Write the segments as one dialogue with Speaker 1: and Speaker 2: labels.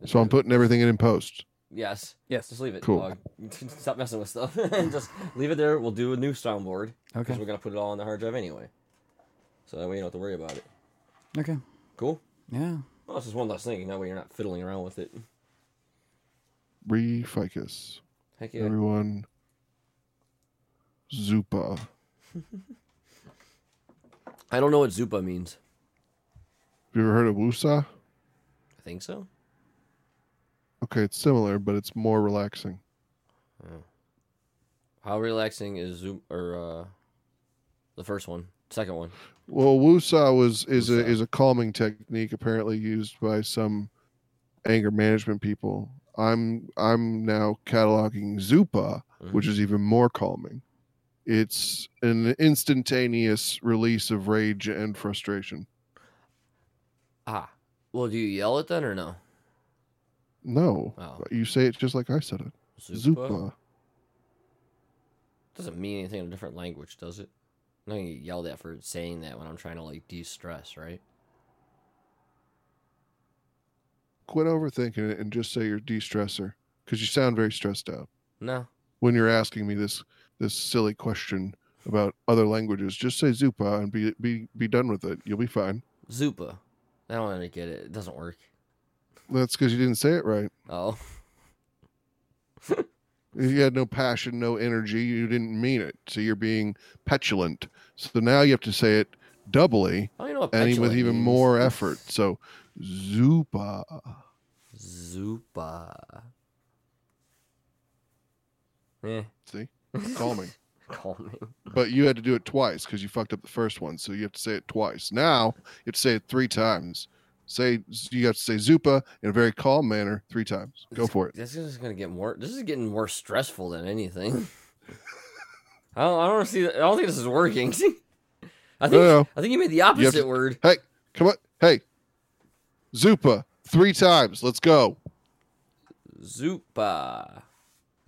Speaker 1: and
Speaker 2: So I'm putting everything in in post.
Speaker 3: Yes.
Speaker 1: yes.
Speaker 3: Just leave it.
Speaker 2: Cool.
Speaker 3: dog. Stop messing with stuff. just leave it there. We'll do a new soundboard because
Speaker 1: Okay.
Speaker 3: we're gonna put it all on the hard drive anyway. So that way you don't have to worry about it.
Speaker 1: Okay.
Speaker 3: Cool.
Speaker 1: Yeah.
Speaker 3: Well, it's just one less thing. That way you're not fiddling around with it.
Speaker 2: Reficus.
Speaker 3: Heck yeah.
Speaker 2: Everyone. Zupa. Have
Speaker 3: I don't know what Zupa means.
Speaker 2: you ever heard of Wusa?
Speaker 3: I think so.
Speaker 2: Okay, it's similar, but it's more relaxing.
Speaker 3: How relaxing is Zoom or uh, the first one? Second one.
Speaker 2: Well, Wusa was is
Speaker 3: Wusa.
Speaker 2: a is a calming technique apparently used by some anger management people. I'm I'm now cataloging Zupa,
Speaker 3: Mhm.
Speaker 2: which is even more calming. It's an instantaneous release of rage and frustration.
Speaker 3: Ah. Well, do you yell it then or no?
Speaker 2: No,
Speaker 3: Oh.
Speaker 2: you say it just like I said it. Zupa.
Speaker 3: Doesn't mean anything in a different language, does it? I'm not gonna get yelled at for saying that when I'm trying to like de-stress, right?
Speaker 2: Quit overthinking it and just say you're de-stressor because you sound very stressed out.
Speaker 3: No.
Speaker 2: when you're asking me this this silly question about other languages. Just say Zupa and be be be done with it. You'll be fine.
Speaker 3: Zupa. I don't want to get it. It doesn't work.
Speaker 2: That's because you didn't say it right.
Speaker 3: Oh.
Speaker 2: You had no passion, no energy. You didn't mean it. So you're being petulant. So now you have to say it doubly
Speaker 3: I don't even know what
Speaker 2: and
Speaker 3: petulant
Speaker 2: with even
Speaker 3: means.
Speaker 2: more effort. So Zupa.
Speaker 3: Zupa. Eh.
Speaker 2: See, calming.
Speaker 3: Calming.
Speaker 2: But you had to do it twice because you fucked up the first one. So you have to say it twice. Now you have to say it three times. Say you have to say Zupa in a very calm manner three times. Go for it.
Speaker 3: This is gonna get more. This is getting more stressful than anything. I don't. I don't see. I don't think this is working. I think.
Speaker 2: No, no.
Speaker 3: I think you made the
Speaker 2: to-
Speaker 3: opposite word.
Speaker 2: Hey, come on. Hey, Zupa three times. Let's go.
Speaker 3: Zupa.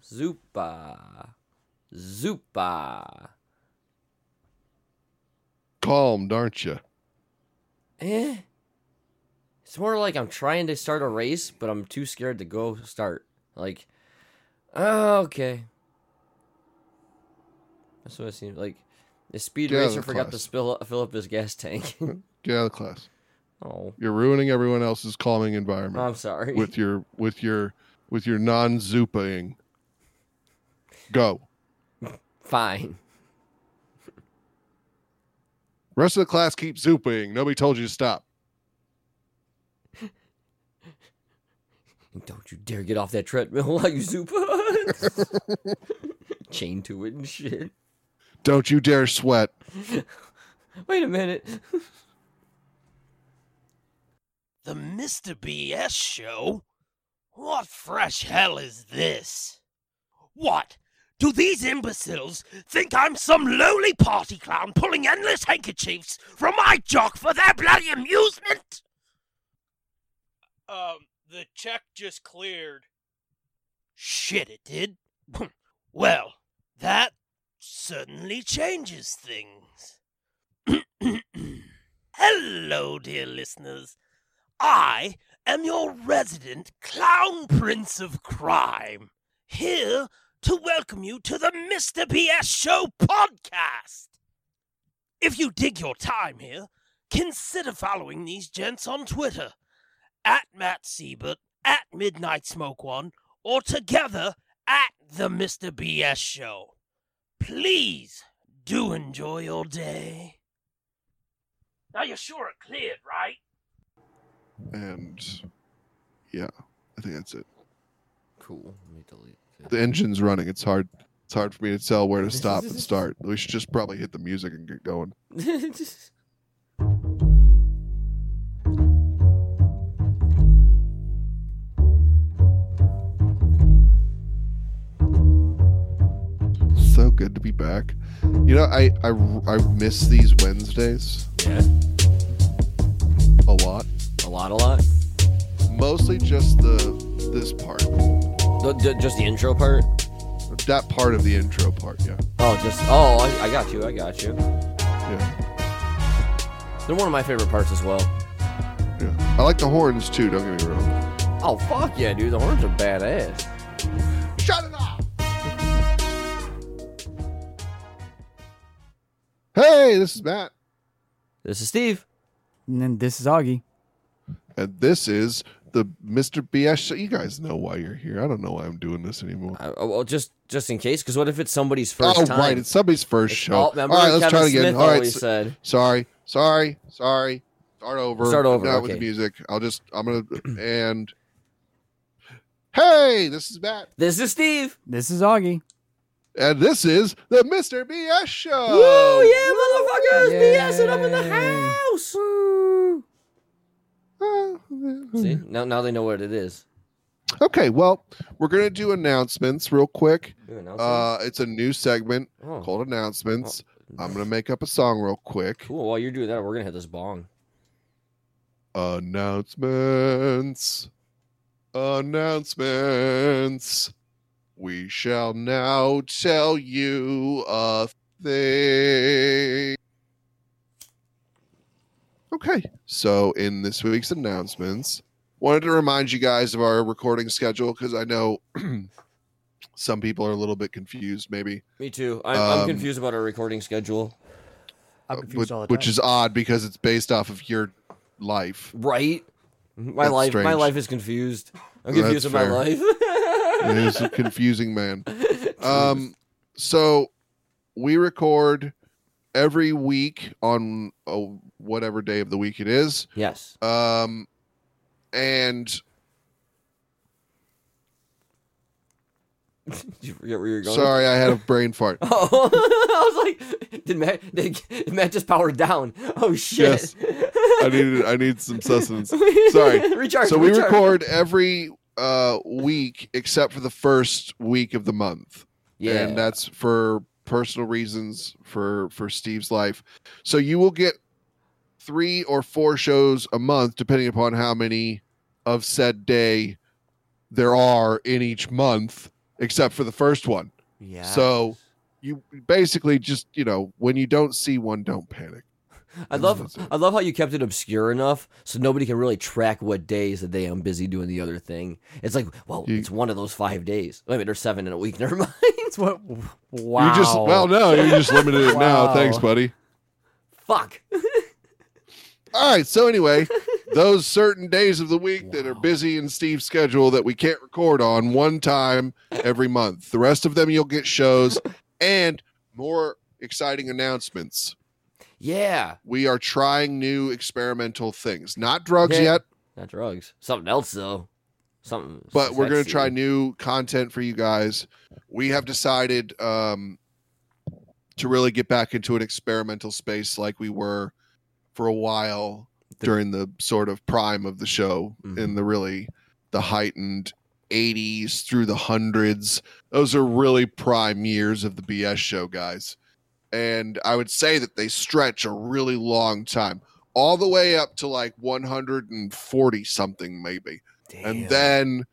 Speaker 3: Zupa. Zupa.
Speaker 2: Calmed, aren't you?
Speaker 3: Eh. It's more like I'm trying to start a race, but I'm too scared to go start. Like, oh, okay. That's what it seems like. The speed
Speaker 2: Get out of
Speaker 3: racer
Speaker 2: the
Speaker 3: forgot to
Speaker 2: class.
Speaker 3: spill, uh, fill up his gas tank.
Speaker 2: Get out of the class.
Speaker 3: oh,
Speaker 2: You're ruining everyone else's calming environment
Speaker 3: I'm sorry.
Speaker 2: with your with your with your non Zupaing. Go.
Speaker 3: Fine.
Speaker 2: Rest of the class keep Zupaing. Nobody told you to stop.
Speaker 3: And don't you dare get off that treadmill while you Zupa. Chain to it and shit.
Speaker 2: Don't you dare sweat.
Speaker 3: Wait a minute.
Speaker 4: The Mr. BS show? What fresh hell is this? What? Do these imbeciles think I'm some lowly party clown pulling endless handkerchiefs from my jock for their bloody amusement?
Speaker 5: Um, the check just cleared.
Speaker 4: Shit, it did. Hmm. well, that certainly changes things. Hello, dear listeners. I am your resident clown prince of crime, here to welcome you to the Mr. BS Show podcast. If you dig your time here, consider following these gents on Twitter at Matt Siebert, at Midnight Smoke One, or together at the Mr. BS Show. Please do enjoy your day. Now you're sure it cleared, right?
Speaker 2: And yeah, I think that's it.
Speaker 3: Cool. Let me delete.
Speaker 2: The engine's running. It's hard. It's hard for me to tell where to stop and start. We should just probably hit the music and get going.
Speaker 3: it.
Speaker 2: so good to be back. You know, I I, I miss these Wednesdays
Speaker 3: yeah.
Speaker 2: a lot.
Speaker 3: A lot, a lot.
Speaker 2: Mostly just the this part,
Speaker 3: The, the- just the intro part?
Speaker 2: that part of the intro part. Yeah,
Speaker 3: Oh, just. Oh, I, I got you. I got you.
Speaker 2: yeah,
Speaker 3: They're one of my favorite parts as well.
Speaker 2: yeah. I like the horns too. Don't get me wrong.
Speaker 3: Oh fuck yeah, dude! The horns are badass.
Speaker 2: Shut it off. Hey, this is Matt,
Speaker 3: This is Steve.
Speaker 1: And then this is Augie.
Speaker 2: and this is the Mr. BS show. You guys know why you're here. I don't know why I'm doing this anymore.
Speaker 3: I, oh, well, just just in case, because what if it's somebody's first
Speaker 2: oh,
Speaker 3: time?
Speaker 2: right, it's somebody's first
Speaker 3: It's-
Speaker 2: show.
Speaker 3: oh,
Speaker 2: All
Speaker 3: remember
Speaker 2: right, let's
Speaker 3: Kevin
Speaker 2: try it again.
Speaker 3: Smith
Speaker 2: All right,
Speaker 3: always
Speaker 2: so-
Speaker 3: said,
Speaker 2: sorry, sorry, sorry. Start over.
Speaker 3: Start over,
Speaker 2: Not with the
Speaker 3: okay.
Speaker 2: music. I'll just. I'm gonna and. Hey, this is Matt,
Speaker 3: "This is Steve."
Speaker 1: This is Augie.
Speaker 2: and this is the Mr. BS show.
Speaker 3: Woo, yeah, motherfuckers, BSing up in the
Speaker 1: Yay.
Speaker 3: house. See, now now they know what it is.
Speaker 2: Uh, Okay, well, we're gonna do announcements real quick.
Speaker 3: Ooh, announcements?
Speaker 2: Uh, it's a new segment
Speaker 3: Oh,
Speaker 2: called announcements. I'm gonna make up a song real quick.
Speaker 3: cool. While you're doing that, we're gonna hit this bong.
Speaker 2: Announcements, announcements. We shall now tell you a thing. Okay, so in this week's announcements, wanted to remind you guys of our recording schedule because I know some people are a little bit confused, maybe.
Speaker 3: Me too. I'm, I'm
Speaker 2: Um,
Speaker 3: confused about our recording schedule.
Speaker 1: I'm
Speaker 2: Uh,
Speaker 1: confused
Speaker 2: whi-
Speaker 1: all the
Speaker 2: which
Speaker 1: time.
Speaker 2: is odd because it's based off of your life.
Speaker 3: Right? My
Speaker 2: That's
Speaker 3: life, my
Speaker 2: strange.
Speaker 3: life is confused. I'm
Speaker 2: That's
Speaker 3: confused with my
Speaker 2: fair.
Speaker 3: life.
Speaker 2: It is a confusing man. Um, so we record every week on uh, whatever day of the week it is.
Speaker 3: yes.
Speaker 2: Um, and
Speaker 3: Did you forget where you were going?
Speaker 2: sorry, I had a brain fart.
Speaker 3: Oh, I was like, did Matt? Did, did Matt just power down? Oh shit!
Speaker 2: Yes. I needed, I need some sustenance. sorry.
Speaker 3: Recharge.
Speaker 2: So we
Speaker 3: recharge.
Speaker 2: record every uh week except for the first week of the month.
Speaker 3: Yeah.
Speaker 2: and uh, that's for personal reasons for for steve's life so you will get three or four shows a month depending upon how many of said day there are in each month except for the first one
Speaker 3: yeah.
Speaker 2: so you basically just you know when you don't see one don't panic
Speaker 3: I love I love how you kept it obscure enough so nobody can really track what day is the day I'm busy doing the other thing. It's like, well,
Speaker 2: You-
Speaker 3: it's one of those five days. Wait, a minute, there's seven in a week. Never mind.
Speaker 1: It's what? Wow.
Speaker 2: you just well no you're just limited it now
Speaker 1: Wow.
Speaker 2: thanks buddy
Speaker 3: Fuck.
Speaker 2: All right. So anyway, those certain days of the week that are busy in Steve's schedule that we can't record on one time every month. The rest of them you'll get shows and more exciting announcements.
Speaker 3: Yeah.
Speaker 2: We are trying new experimental things. Not drugs
Speaker 3: Yeah.
Speaker 2: yet,
Speaker 3: Not drugs. Something else though. Something.
Speaker 2: but we're going to
Speaker 3: sexy.
Speaker 2: try new content for you guys. We have decided um, to really get back into an experimental space like we were for a while
Speaker 3: The-
Speaker 2: during the sort of prime of the show
Speaker 3: Mhm.
Speaker 2: in the really the heightened 80s through the hundreds. Those are really prime years of the BS show, guys. And I would say that they stretch a really long time, all the way up to like 140 something, maybe. And then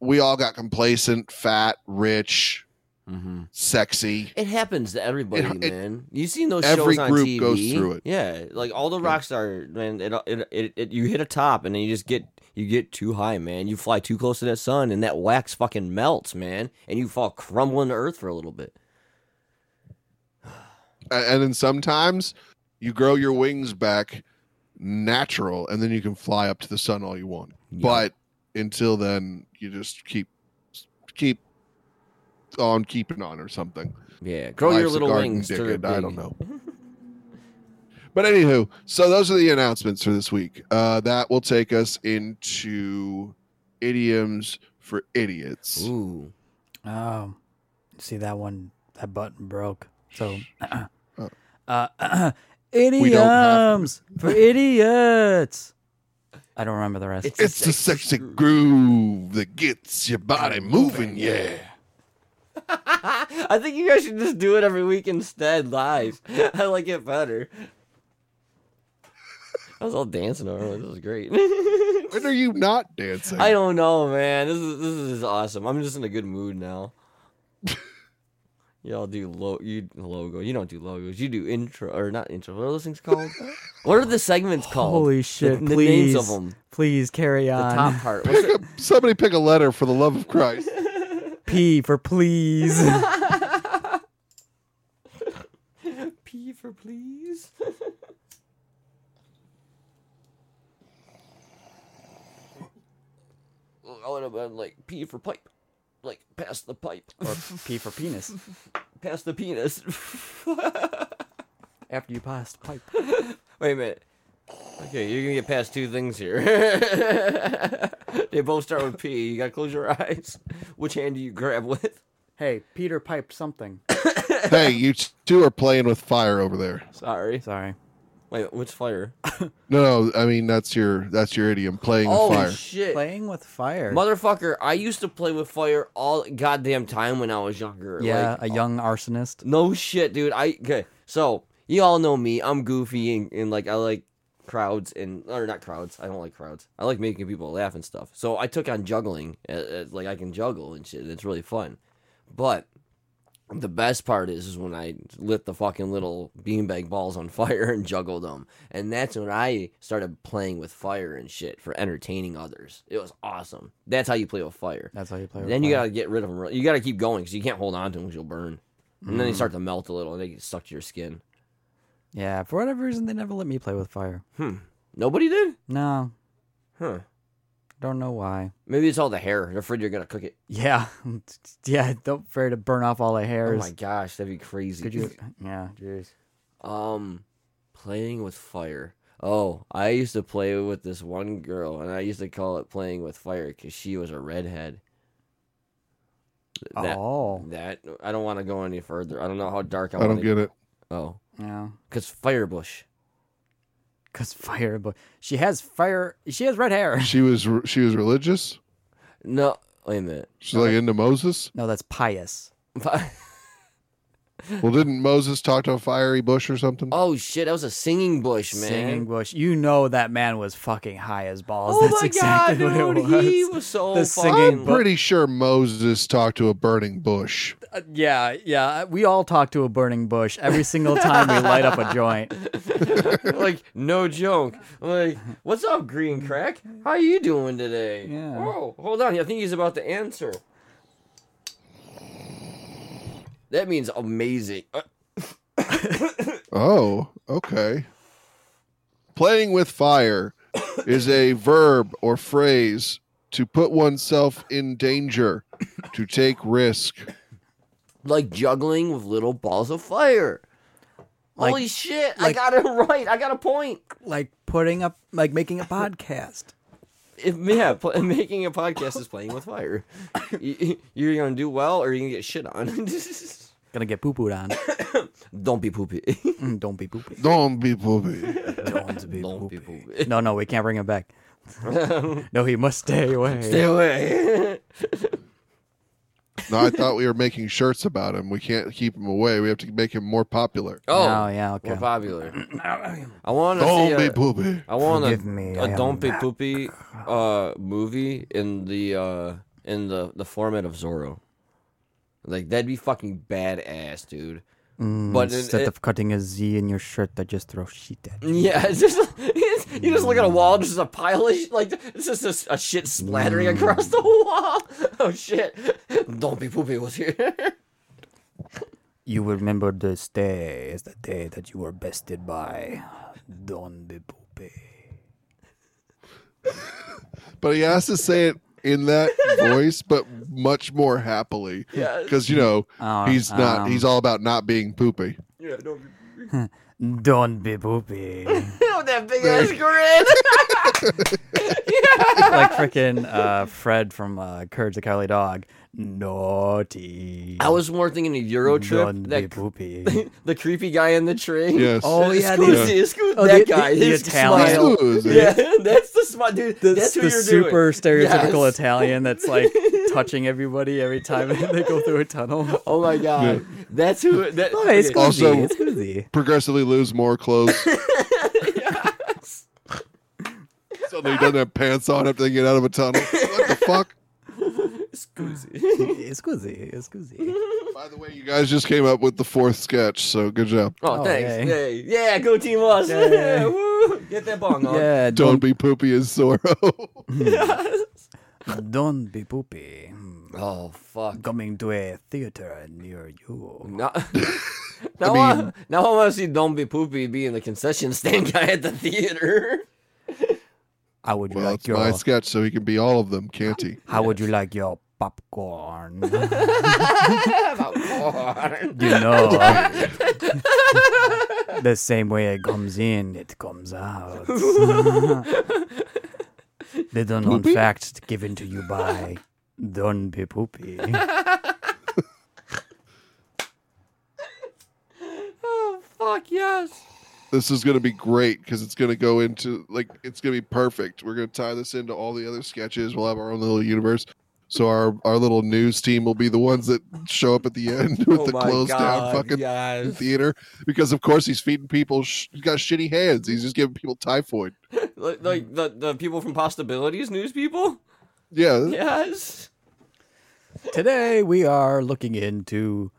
Speaker 2: we all got complacent, fat, rich,
Speaker 3: Mhm.
Speaker 2: sexy.
Speaker 3: It happens to everybody,
Speaker 2: It- it-
Speaker 3: man. you seen those
Speaker 2: every
Speaker 3: shows on
Speaker 2: group
Speaker 3: TV.
Speaker 2: goes through it.
Speaker 3: Yeah, like all the
Speaker 2: Yeah.
Speaker 3: rock star man. It, it it it you hit a top and then you just get you get too high, man. You fly too close to that sun and that wax fucking melts, man, and you fall crumbling to earth for a little bit.
Speaker 2: A- And then sometimes you grow your wings back natural and then you can fly up to the sun all you want.
Speaker 3: Yeah.
Speaker 2: But until then, you just keep keep on keeping on or something.
Speaker 3: yeah, grow your
Speaker 2: Life's a
Speaker 3: little
Speaker 2: garden,
Speaker 3: wings to
Speaker 2: dickhead.
Speaker 3: big.
Speaker 2: I don't know. But anywho, so those are the announcements for this week. Uh, that will take us into idioms for idiots.
Speaker 3: Ooh,
Speaker 1: Oh, see that one? That button broke. So,
Speaker 2: Oh.
Speaker 1: uh,
Speaker 2: We don't have-
Speaker 1: idioms for idiots. I don't remember the rest.
Speaker 3: It's-
Speaker 2: It's the sexy groove that gets your body moving, yeah.
Speaker 3: I think you guys should just do it every week instead, live. I like it better. I was all dancing over. it. This was great.
Speaker 2: When are you not dancing?
Speaker 3: I don't know, man. This is this is awesome. I'm just in a good mood now. Y'all do lo- you logo. You don't do logos. You do intro or not intro. What are those things called? what are the segments called?
Speaker 1: Holy
Speaker 3: the,
Speaker 1: shit!
Speaker 3: the
Speaker 1: please, Uh,
Speaker 3: names of them.
Speaker 1: please carry
Speaker 3: The
Speaker 1: on.
Speaker 3: top part. What's it?
Speaker 2: Somebody pick a letter for the love of Christ.
Speaker 1: P for please.
Speaker 3: P for please. I would have been like P for pipe, like pass the pipe,
Speaker 1: or P for penis.
Speaker 3: pass the penis.
Speaker 1: After you pass the pipe.
Speaker 3: Wait a minute. Okay, you're gonna get past two things here. they both start with P. You gotta close your eyes. Which hand do you grab with?
Speaker 1: Hey, Peter piped something.
Speaker 2: hey, you two are playing with fire over there.
Speaker 3: Sorry.
Speaker 1: Sorry.
Speaker 3: Wait, which fire?
Speaker 2: No, no, I mean that's your that's your idiom, playing
Speaker 3: oh
Speaker 2: with fire.
Speaker 3: shit.
Speaker 1: Playing with fire.
Speaker 3: Motherfucker, I used to play with fire all goddamn time when I was younger.
Speaker 1: yeah,
Speaker 3: Like, oh.
Speaker 1: a young arsonist.
Speaker 3: no shit, dude. I okay. So you all know me. I'm goofy and, and like I like crowds and or not crowds. I don't like crowds. I like making people laugh and stuff. So I took on juggling. uh, uh, like I can juggle and shit. and It's really fun. But the best part is, is when I lit the fucking little beanbag balls on fire and juggled them, and that's when I started playing with fire and shit for entertaining others. It was awesome. That's how you play with fire.
Speaker 1: That's how you play with
Speaker 3: Then you
Speaker 1: fire.
Speaker 3: gotta get rid of them. You gotta keep going because you can't hold on to them because you'll burn. And then they
Speaker 1: Mm.
Speaker 3: start to melt a little and they get stuck to your skin.
Speaker 1: Yeah, for whatever reason, they never let me play with fire.
Speaker 3: Hmm. Nobody did?
Speaker 1: No,
Speaker 3: Huh.
Speaker 1: don't know why.
Speaker 3: Maybe it's all the hair. They're afraid you're gonna cook it.
Speaker 1: Yeah, yeah, don't fear to burn off all the hairs.
Speaker 3: Oh my gosh, that'd be crazy.
Speaker 1: Could you? Yeah, jeez.
Speaker 3: Um, playing with fire. Oh, I used to play with this one girl, and I used to call it playing with fire because she was a redhead. Th- That,
Speaker 1: Oh,
Speaker 3: that I don't want to go any further. I don't know how dark I,
Speaker 2: I don't
Speaker 3: wanna-
Speaker 2: get it.
Speaker 3: Oh,
Speaker 1: yeah.
Speaker 3: because firebush.
Speaker 1: Cause fire, but she has fire. She has red hair.
Speaker 2: She was re- she was religious.
Speaker 3: No, wait a minute.
Speaker 2: She's like into Moses.
Speaker 1: No, that's pious.
Speaker 2: Well, didn't Moses talk to a fiery bush or something?
Speaker 3: oh shit, that was a singing bush, man.
Speaker 1: Singing bush. You know that man was fucking high as balls.
Speaker 3: Oh
Speaker 1: that's
Speaker 3: my
Speaker 1: exactly
Speaker 3: god,
Speaker 1: what
Speaker 3: dude,
Speaker 1: it was.
Speaker 3: he was so
Speaker 1: The
Speaker 3: fucking.
Speaker 1: singing
Speaker 2: I'm pretty sure Moses talked to a burning bush.
Speaker 1: Uh, yeah, yeah. We all talk to a burning bush every single time we light up a joint.
Speaker 3: like no joke. Like, what's up, Green Crack? How you doing today?
Speaker 1: Yeah.
Speaker 3: Oh, hold on. I think he's about to answer. That means amazing. Uh,
Speaker 2: Oh, okay. Playing with fire is a verb or phrase to put oneself in danger, to take risk.
Speaker 3: like juggling with little balls of fire.
Speaker 1: Like-
Speaker 3: Holy shit!
Speaker 1: like-
Speaker 3: I got it right. I got a point.
Speaker 1: Like putting up, like making a podcast.
Speaker 3: If, yeah, pl- making a podcast is playing with fire. You- You're gonna do well, or you can get shit on.
Speaker 1: Gonna get poo pooed on.
Speaker 3: Don't be poopy.
Speaker 1: Mm, don't be poopy.
Speaker 2: Don't be booby.
Speaker 1: Don't be
Speaker 3: Don't be
Speaker 1: poopy.
Speaker 3: poopy.
Speaker 1: No, no, we can't bring him back. no, he must stay away.
Speaker 3: Stay away.
Speaker 2: No, I thought we were making shirts about him. We can't keep him away. We have to make him more popular.
Speaker 3: Oh,
Speaker 1: Oh, yeah, okay.
Speaker 3: More popular. I want to see
Speaker 2: Don't be
Speaker 3: a,
Speaker 2: booby.
Speaker 3: I want
Speaker 1: Forgive
Speaker 3: a,
Speaker 1: me, I
Speaker 3: a
Speaker 1: am
Speaker 3: Don't Be Poopy uh, movie in the uh, in the, the format of Zorro. Like that'd be fucking badass, dude. but in-
Speaker 1: Instead
Speaker 3: it-
Speaker 1: of cutting Mm, a Z in your shirt, I just throw shit at you.
Speaker 3: yeah, it's just it's, you just look at a wall, just a pile of sh- like it's just a, s- a shit splattering
Speaker 1: Mm.
Speaker 3: across the wall. Oh shit! Don't be poopy was here.
Speaker 1: You remember this day is the day that you were bested by Don be poopy.
Speaker 2: But he has to say it in that voice, but much more happily.
Speaker 3: Yes.
Speaker 2: Because, you know,
Speaker 1: Oh,
Speaker 2: he's not,
Speaker 1: um.
Speaker 2: he's all about not being poopy.
Speaker 3: yeah, don't be.
Speaker 1: Don be poopy.
Speaker 3: With that big ass grin.
Speaker 1: like freaking uh, Fred from uh, Courage the Cowardly Dog. Naughty.
Speaker 3: I was more thinking a Euro trip.
Speaker 1: Don be
Speaker 3: That
Speaker 1: poopy.
Speaker 3: the creepy guy in the train.
Speaker 2: Yes.
Speaker 1: Oh, yeah,
Speaker 3: Scusi,
Speaker 1: dude.
Speaker 3: Scusi,
Speaker 1: Oh,
Speaker 3: that
Speaker 1: the-
Speaker 3: guy.
Speaker 1: the- the
Speaker 3: his
Speaker 1: Italian.
Speaker 3: smile.
Speaker 2: Scusi.
Speaker 3: Yeah, that's the smile, dude.
Speaker 1: That's
Speaker 3: that's who
Speaker 1: the
Speaker 3: you're
Speaker 1: super
Speaker 3: doing.
Speaker 1: stereotypical
Speaker 3: Yes.
Speaker 1: Italian that's like touching everybody every time they go through a tunnel.
Speaker 3: Oh my god, that's who. That,
Speaker 1: Oh, it's
Speaker 3: okay.
Speaker 1: cozy.
Speaker 2: Also-
Speaker 1: it's cozy.
Speaker 2: progressively lose more clothes. Suddenly he doesn't have pants on after they get out of a tunnel. What the fuck?
Speaker 3: Scusi.
Speaker 1: Excuse, excuse.
Speaker 2: By the way, you guys just came up with the fourth sketch, so good job.
Speaker 3: Oh,
Speaker 1: Oh,
Speaker 3: thanks.
Speaker 1: yay.
Speaker 3: Yay. Yeah, go team us.
Speaker 1: Yay.
Speaker 3: Yeah, woo. Get that bong on.
Speaker 1: Yeah,
Speaker 2: Don't be poopy as Zorro.
Speaker 1: don't be poopy. Hmm.
Speaker 3: Oh fuck.
Speaker 1: Coming to a theater near you.
Speaker 3: Now, now, I now I want to see Don't Be Poopy being the concession stand guy at the theater.
Speaker 1: How would you
Speaker 2: well,
Speaker 1: like
Speaker 2: it's
Speaker 1: your?
Speaker 2: my sketch, so he can be all of them, can't he?
Speaker 1: How would you like your popcorn?
Speaker 3: Popcorn.
Speaker 1: you know, I- the same way it comes in, it comes out. Little known fact given to you by Don Be Poopy.
Speaker 3: oh fuck yes.
Speaker 2: This is going to be great because it's going to go into like it's going to be perfect. We're going to tie this into all the other sketches. We'll have our own little universe. So our our little news team will be the ones that show up at the end with
Speaker 3: oh
Speaker 2: the
Speaker 3: my
Speaker 2: closed
Speaker 3: God,
Speaker 2: down fucking
Speaker 3: yes.
Speaker 2: theater because of course he's feeding people. Sh- he's got shitty hands. He's just giving people typhoid.
Speaker 3: like, like
Speaker 2: Mm.
Speaker 3: the the people from Possibilities news people.
Speaker 2: Yeah,
Speaker 3: Yes.
Speaker 1: Today we are looking into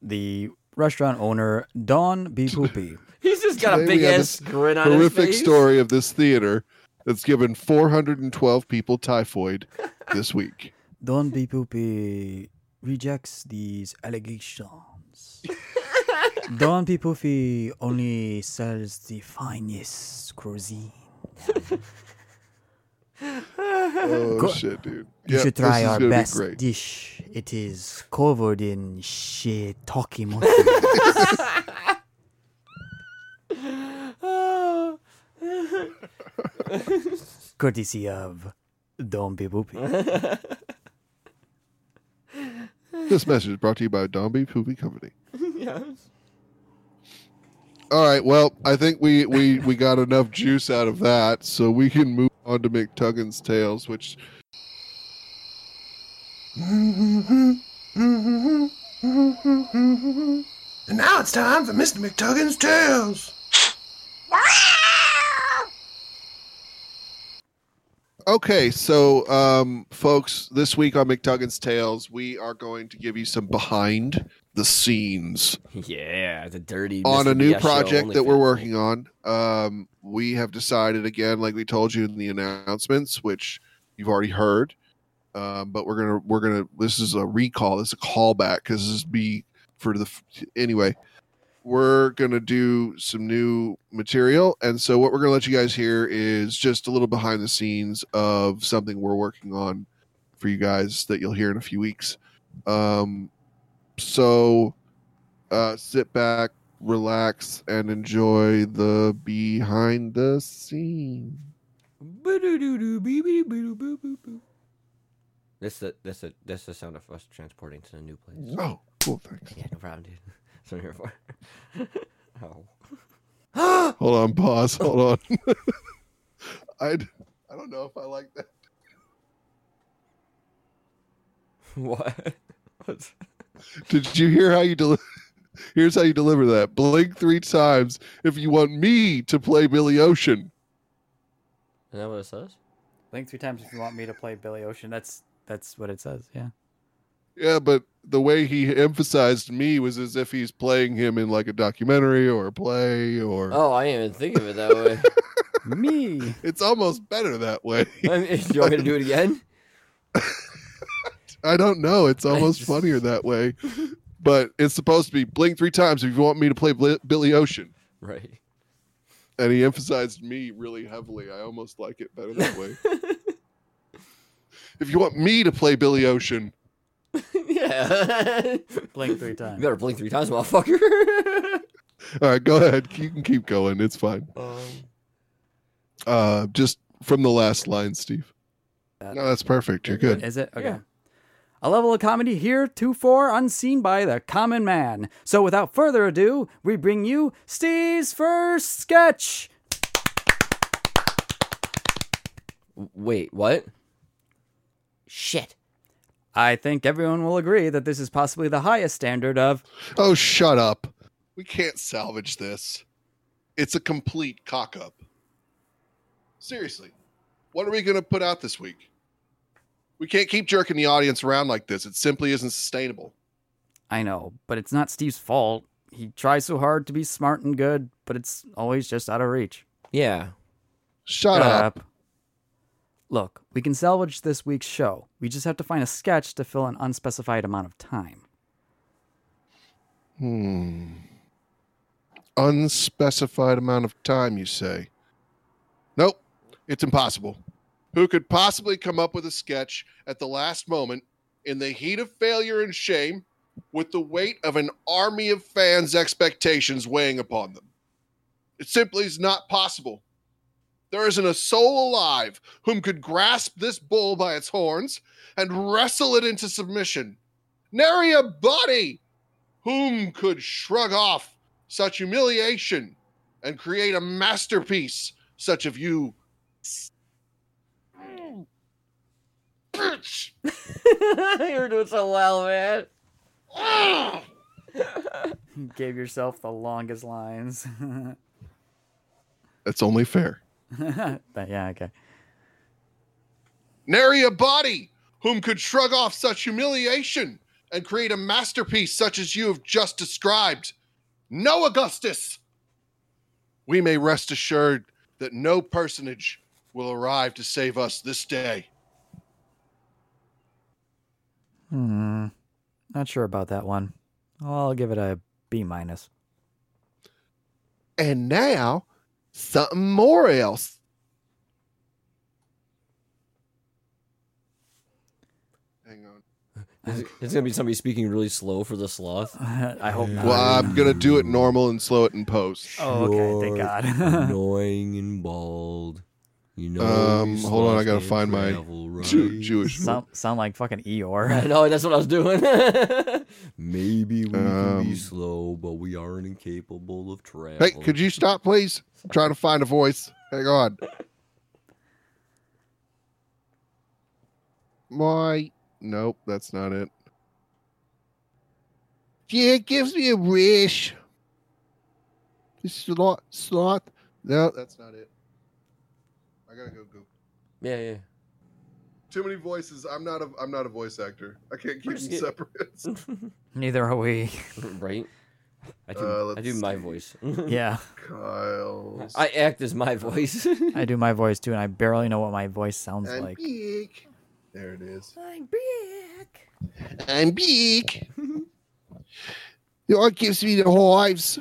Speaker 1: the restaurant owner Don Be Poopy.
Speaker 3: He's just got a
Speaker 2: Today we
Speaker 3: big
Speaker 2: have
Speaker 3: ass
Speaker 2: this
Speaker 3: grin on his
Speaker 2: horrific
Speaker 3: face.
Speaker 2: story of this theater that's given 412 people typhoid this week.
Speaker 1: Don Be Poopy rejects these allegations. Don Be Poopy only sells the finest cuisine.
Speaker 2: Oh
Speaker 1: Go-
Speaker 2: shit, dude!
Speaker 1: You
Speaker 2: Yep,
Speaker 1: should
Speaker 2: this
Speaker 1: try
Speaker 2: is
Speaker 1: our
Speaker 2: gonna be
Speaker 1: best
Speaker 2: great.
Speaker 1: dish. It is covered in shiitake mushrooms.
Speaker 3: Ah.
Speaker 1: courtesy of Don Be Poopy.
Speaker 2: This message is brought to you by Dombey Poopy Company.
Speaker 3: yes.
Speaker 2: All right, well, I think we we we got enough juice out of that, so we can move on to McTuggan's tales, which.
Speaker 6: And now it's time for Mr. McTuggan's Tales.
Speaker 2: Okay, so um, folks, this week on McTuggan's Tales, we are going to give you some behind the scenes
Speaker 3: Yeah, the dirty
Speaker 2: on
Speaker 3: Mr.
Speaker 2: a new
Speaker 3: Yes show
Speaker 2: project
Speaker 3: only
Speaker 2: that we're
Speaker 3: fan.
Speaker 2: working on. Um, we have decided again, like we told you in the announcements, which you've already heard. Um, but we're gonna we're gonna this is a recall. This is a callback because this be for the f- anyway. We're gonna do some new material, and so what we're gonna let you guys hear is just a little behind the scenes of something we're working on for you guys that you'll hear in a few weeks. Um, so uh, sit back, relax and enjoy the behind the scene.
Speaker 3: Boo-doo-doo-doo, bee-bee-boo-doo-boo-boo-boo. That's the that's the that's the sound of us transporting to a new place.
Speaker 2: Oh, cool, thanks.
Speaker 3: Yeah, no problem, dude. That's what I'm here for. Ow.
Speaker 2: Hold on, pause. Hold on. I I don't know if I like that.
Speaker 3: What? What's-
Speaker 2: Did you hear how you deliver? Here's how you deliver that. Blink three times if you want me to play Billy Ocean.
Speaker 3: Is that what it says?
Speaker 1: Blink three times if you want me to play Billy Ocean. That's that's what it says. Yeah.
Speaker 2: Yeah, but the way he emphasized me was as if he's playing him in like a documentary or a play or
Speaker 3: Oh, I didn't even think of it that way.
Speaker 1: me.
Speaker 2: it's almost better that way.
Speaker 3: I mean, do you want me to do it again?
Speaker 2: I don't know. It's almost
Speaker 3: just-
Speaker 2: funnier that way. But it's supposed to be blink three times if you want me to play Bli- Billy Ocean.
Speaker 3: Right.
Speaker 2: And he emphasized me really heavily. I almost like it better that way. if you want me to play Billy Ocean,
Speaker 3: yeah.
Speaker 1: Blink three
Speaker 3: You
Speaker 1: times.
Speaker 3: better blink three times, motherfucker.
Speaker 2: all right, go ahead. You can keep going. It's fine.
Speaker 3: um,
Speaker 2: Uh, just from the last line, Steve. No, that's perfect. You're good.
Speaker 1: Is it? Okay.
Speaker 3: Yeah.
Speaker 1: A level of comedy here, two four, unseen by the common man. So without further ado, we bring you Steve's first sketch.
Speaker 3: wait, what? Shit.
Speaker 1: I think everyone will agree that this is possibly the highest standard of
Speaker 2: Oh, shut up. We can't salvage this. It's a complete cock up. Seriously, what are we going to put out this week? We We can't keep jerking the audience around like this. It simply isn't sustainable.
Speaker 1: I know, but it's not Steve's fault. He tries so hard to be smart and good, but it's always just out of reach.
Speaker 3: Yeah.
Speaker 2: Shut up.
Speaker 1: Look, we can salvage this week's show. We just have to find a sketch to fill an unspecified amount of time.
Speaker 2: Hmm. Unspecified amount of time, you say? Nope. It's impossible. Who could possibly come up with a sketch at the last moment in the heat of failure and shame with the weight of an army of fans' expectations weighing upon them? It simply is not possible. There isn't a soul alive whom could grasp this bull by its horns and wrestle it into submission. Nary a body whom could shrug off such humiliation and create a masterpiece such of you? Bitch!
Speaker 3: you were doing so well, man.
Speaker 2: Ah!
Speaker 1: You gave yourself the longest lines.
Speaker 2: That's only fair.
Speaker 1: but yeah, okay.
Speaker 2: Nary a body whom could shrug off such humiliation and create a masterpiece such as you have just described. No, Augustus! We may rest assured that no personage will arrive to save us this day.
Speaker 1: Hmm. Not sure about that one. I'll give it a B minus.
Speaker 2: And now, something more else. Hang on.
Speaker 3: It's, it's gonna be somebody speaking really slow for the sloth.
Speaker 1: I hope not.
Speaker 2: Well, I'm gonna do it normal and slow it in post.
Speaker 1: Oh, okay, thank
Speaker 3: Short,
Speaker 1: God.
Speaker 3: annoying and bald. You know.
Speaker 2: Um,
Speaker 3: these
Speaker 2: hold on, I
Speaker 3: sloths
Speaker 2: gotta
Speaker 3: can't
Speaker 2: find my
Speaker 3: travel, right?
Speaker 2: Jew- Jewish.
Speaker 1: sound, sound like fucking
Speaker 3: I
Speaker 1: Eeyore.
Speaker 3: know that's what I was doing. Maybe we can be
Speaker 2: Um,
Speaker 3: slow, but we aren't incapable of travel.
Speaker 2: Hey, could you stop, please? I'm trying to find a voice. Hang on. My. Nope, that's not it. Yeah, it gives me a wish. Slot, slot. No, that's not it. I gotta go. Go.
Speaker 3: Yeah, yeah.
Speaker 2: Too many voices. I'm not a. I'm not a voice actor. I can't keep
Speaker 3: We're just
Speaker 2: them
Speaker 3: get-
Speaker 2: separate.
Speaker 1: Neither are we.
Speaker 3: right? I do,
Speaker 2: Uh,
Speaker 3: I
Speaker 2: let's
Speaker 3: do my
Speaker 2: see.
Speaker 3: voice.
Speaker 1: Yeah,
Speaker 2: Kyle.
Speaker 3: I act as my voice.
Speaker 1: I do my voice too, and I barely know what my voice sounds like.
Speaker 2: big. There it is.
Speaker 3: I'm back.
Speaker 2: I'm big. the art gives me the hives.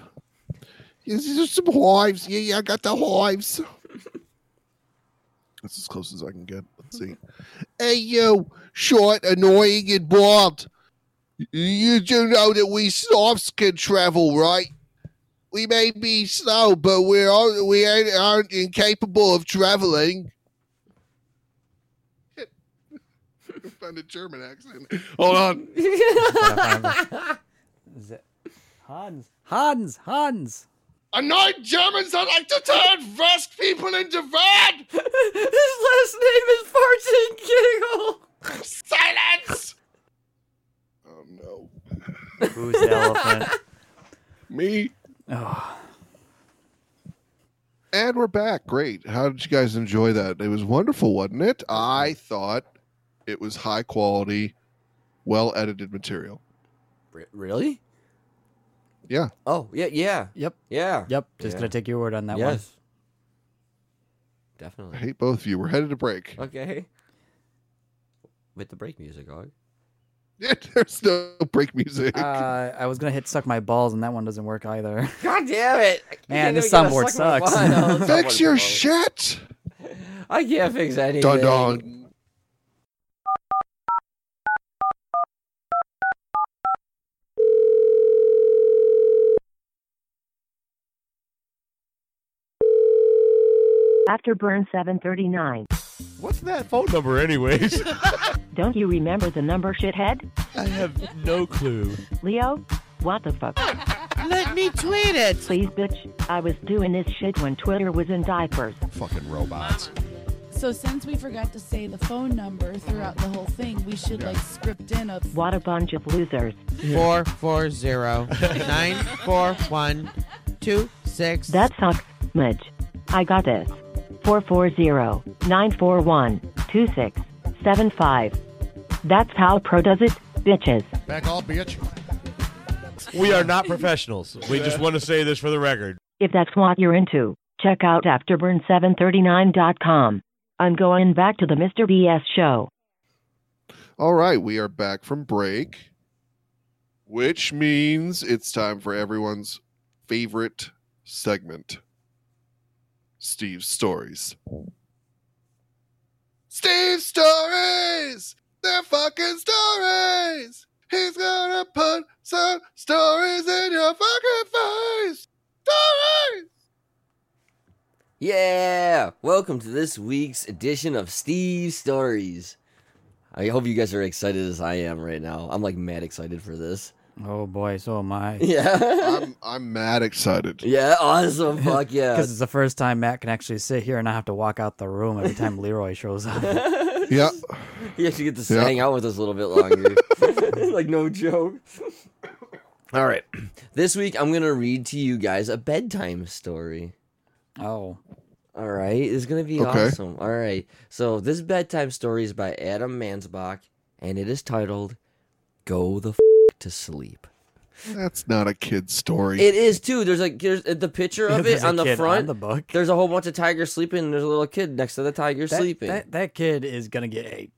Speaker 2: Is there some hives? Yeah, yeah, I got the hives. That's as close as I can get. Let's see. Hey, you, short, annoying, and bald. You do know that we sloths can travel, right? We may be slow, but we're all, we ain't, aren't incapable of traveling. Found a German accent. Hold on.
Speaker 1: Is it- Hans, Hans, Hans.
Speaker 2: Annoyed Germans that like to turn vast people into verb!
Speaker 3: His last name is Farts and Giggle.
Speaker 2: Silence! Oh no.
Speaker 1: Who's the elephant?
Speaker 2: Me.
Speaker 1: Oh,
Speaker 2: Ah. And we're back. Great. How did you guys enjoy that? It was wonderful, wasn't it? I thought it was high quality, well edited material.
Speaker 3: Re- really?
Speaker 2: Yeah.
Speaker 3: Oh, yeah, yeah,
Speaker 1: yep,
Speaker 3: yeah.
Speaker 1: yep. Just
Speaker 3: Yeah.
Speaker 1: gonna take your word on that one.
Speaker 3: yes.
Speaker 2: I
Speaker 3: Definitely.
Speaker 2: hate both of you. We're headed to break.
Speaker 3: Okay. With the break music, dog.
Speaker 2: There's no break music.
Speaker 1: Uh, I was gonna hit suck my balls, and that one doesn't work either.
Speaker 3: God damn it! I
Speaker 1: Man,
Speaker 3: can't
Speaker 1: this
Speaker 3: even get a
Speaker 1: soundboard
Speaker 3: suck my
Speaker 1: sucks.
Speaker 3: wine out.
Speaker 2: Fix
Speaker 3: Soundboard's
Speaker 2: your
Speaker 3: wrong.
Speaker 2: shit!
Speaker 3: I can't fix anything.
Speaker 2: Dun dun.
Speaker 7: Afterburn 739.
Speaker 8: What's that phone number, anyways?
Speaker 7: Don't you remember the number, shithead?
Speaker 8: I have no clue.
Speaker 7: Leo? What the fuck? Let me tweet it! Please, bitch. I was doing this shit when Twitter was in diapers.
Speaker 8: Fucking robots.
Speaker 9: So since we forgot to say the phone number throughout the whole thing, we should like script in a
Speaker 7: What a bunch of losers.
Speaker 10: four four zero nine four one two six.
Speaker 7: That sucks, Midge. I got this. 440 941 2675 That's how pro does it, bitches.
Speaker 11: Back off, bitch.
Speaker 8: We are not professionals. We just want to say this for the record.
Speaker 7: If that's what you're into, check out afterburn739.com. I'm going back to the Mr. BS show.
Speaker 2: All right, we are back from break, which means it's time for everyone's favorite segment Steve's Stories. Steve's Stories! They're fucking stories! He's gonna put some stories in your fucking face! Stories!
Speaker 3: Yeah! Welcome to this week's edition of Steve's Stories. I hope you guys are excited as I am right now. I'm like mad excited for this.
Speaker 1: Oh boy, so am I.
Speaker 3: Yeah.
Speaker 2: I'm, I'm mad excited.
Speaker 3: Yeah, awesome. Fuck yeah.
Speaker 1: Because it's the first time Matt can actually sit here and not have to walk out the room every time Leroy shows up.
Speaker 2: Yeah.
Speaker 3: You actually get to
Speaker 2: Yeah.
Speaker 3: hang out with us a little bit longer. like, no joke. All right. This week, I'm going to read to you guys a bedtime story.
Speaker 1: Oh,
Speaker 3: All right. It's going to be
Speaker 2: Okay.
Speaker 3: awesome. All right. So, this bedtime story is by Adam Mansbach, and it is titled Go the F to Sleep.
Speaker 2: That's not a kid story.
Speaker 3: It is too. There's like there's the picture of
Speaker 1: There's
Speaker 3: it
Speaker 1: a
Speaker 3: on the
Speaker 1: kid
Speaker 3: front.
Speaker 1: on the book.
Speaker 3: There's a whole bunch of tigers sleeping. and There's a little kid next to the tiger
Speaker 1: that,
Speaker 3: sleeping.
Speaker 1: That, that kid is gonna get eight.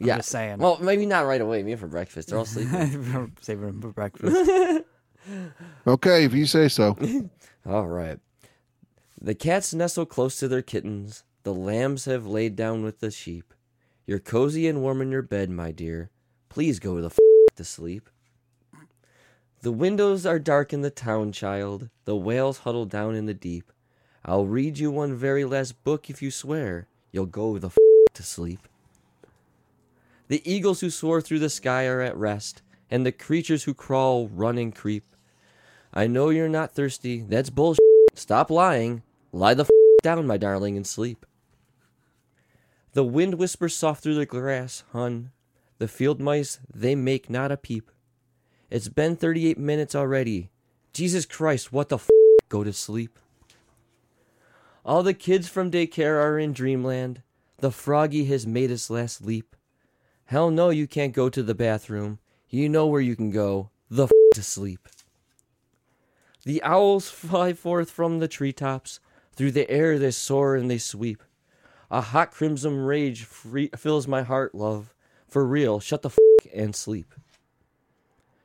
Speaker 1: I'm
Speaker 3: Yeah.
Speaker 1: just saying.
Speaker 3: Well, maybe not right away. Maybe for breakfast. They're all sleeping.
Speaker 1: saving him for breakfast.
Speaker 2: Okay, if you say so.
Speaker 3: all right. The cats nestle close to their kittens. The lambs have laid down with the sheep. You're cozy and warm in your bed, my dear. Please go the f- to sleep. The windows are dark in the town, child. The whales huddle down in the deep. I'll read you one very last book if you swear you'll go the f- to sleep. The eagles who soar through the sky are at rest, and the creatures who crawl, run, and creep. I know you're not thirsty. That's bullshit. Stop lying. Lie the f- down, my darling, and sleep. The wind whispers soft through the grass, hun. The field mice, they make not a peep. It's been 38 minutes already. Jesus Christ, what the f? Go to sleep. All the kids from daycare are in dreamland. The froggy has made his last leap. Hell no, you can't go to the bathroom. You know where you can go. The f to sleep. The owls fly forth from the treetops. Through the air they soar and they sweep. A hot crimson rage free- fills my heart, love. For real, shut the f and sleep.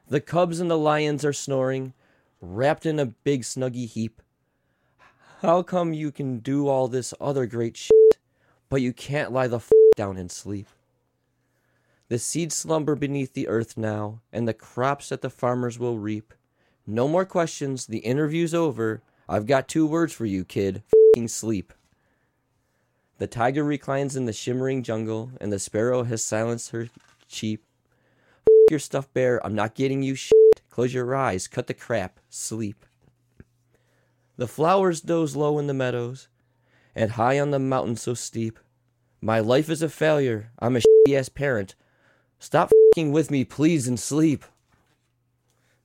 Speaker 3: The cubs and the lions are snoring, wrapped in a big snuggy heap. How come you can do all this other great shit, but you can't lie the f down and sleep? The seeds slumber beneath the earth now, and the crops that the farmers will reap. No more questions. The interview's over. I've got two words for you, kid. F***ing sleep. The tiger reclines in the shimmering jungle, and the sparrow has silenced her cheep. F your stuffed bear. I'm not getting you shit. Close your eyes. Cut the crap. Sleep. The flowers doze low in the meadows, and high on the mountain so steep. My life is a failure. I'm a shitty ass parent. Stop fing with me, please, and sleep.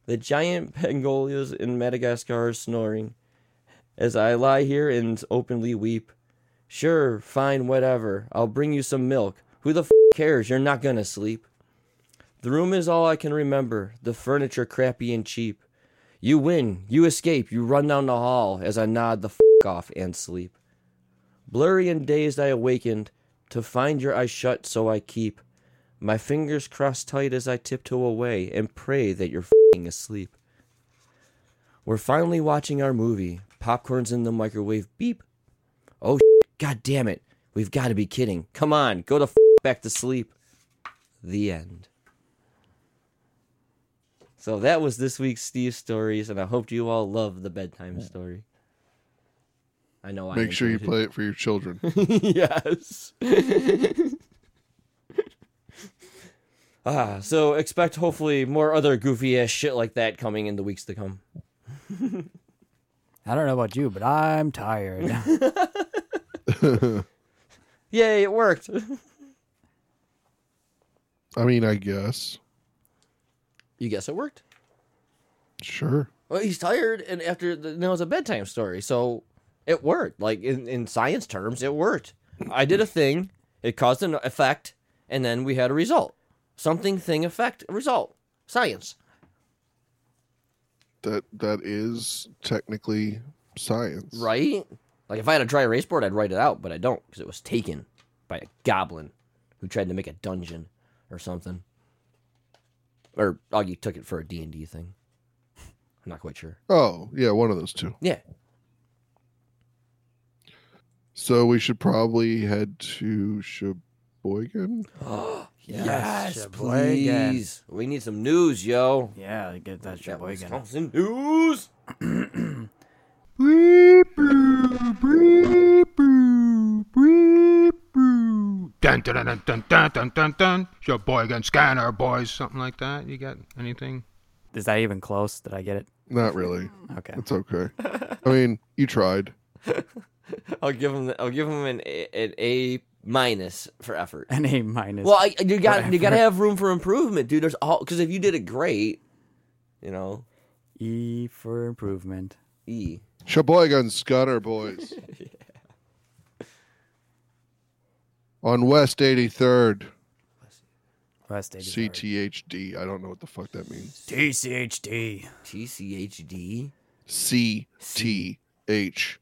Speaker 3: The giant pangolias in Madagascar are snoring. As I lie here and openly weep. Sure, fine, whatever. I'll bring you some milk. Who the f cares? You're not gonna sleep. The room is all I can remember, the furniture crappy and cheap. You win, you escape, you run down the hall as I nod the f off and sleep. Blurry and dazed, I awakened to find your eyes shut, so I keep my fingers crossed tight as I tiptoe away and pray that you're fing asleep. We're finally watching our movie. Popcorn's in the microwave. Beep. Oh, shit. god damn it. We've got to be kidding. Come on, go to f- back to sleep. The end. So that was this week's Steve Stories, and I hope you all love the bedtime story. I know I
Speaker 2: Make sure you
Speaker 3: included.
Speaker 2: play it for your children.
Speaker 3: yes. ah, so expect hopefully more other goofy ass shit like that coming in the weeks to come.
Speaker 1: I don't know about you, but I'm tired.
Speaker 3: Yay, it worked.
Speaker 2: I mean, I guess.
Speaker 3: you guess it worked.
Speaker 2: Sure.
Speaker 3: Well, he's tired, and after the, now it's a bedtime story, so it worked. Like in, in science terms, it worked. I did a thing, it caused an effect, and then we had a result. Something, thing, effect, result. Science.
Speaker 2: That that is technically science.
Speaker 3: Right? Like if I had a dry erase board, I'd write it out, but I don't because it was taken by a goblin who tried to make a dungeon or something. Or Augie took it for a D&D thing. I'm not quite sure.
Speaker 2: Oh, yeah, one of those two.
Speaker 3: Yeah.
Speaker 2: So we should probably head to Sheboygan.
Speaker 1: Yes,
Speaker 3: yes,
Speaker 1: Sheboygan.
Speaker 3: please. We need some news, yo.
Speaker 1: Yeah, get that
Speaker 3: That was
Speaker 1: Sheboygan.
Speaker 3: Some news.
Speaker 11: Dun dun dun dun dun dun dun dun. Your boy gun scanner boys, something like that. You got anything?
Speaker 1: Is that even close? Did I get it?
Speaker 2: Not really.
Speaker 1: Okay.
Speaker 2: It's okay. I mean, you tried.
Speaker 3: I'll give him. I'll give him an A, an A minus for effort.
Speaker 1: An A minus.
Speaker 3: Well, I, you got you got
Speaker 1: Whatever.
Speaker 3: to have room for improvement, dude. There's all because if you did it great, you know,
Speaker 1: E for improvement.
Speaker 3: E.
Speaker 2: Sheboygan Scunner Boys. On West 83rd,
Speaker 1: West 83rd.
Speaker 2: CTHD. I don't know what the fuck that means.
Speaker 1: TCHD.
Speaker 3: TCHD.
Speaker 2: CTHD.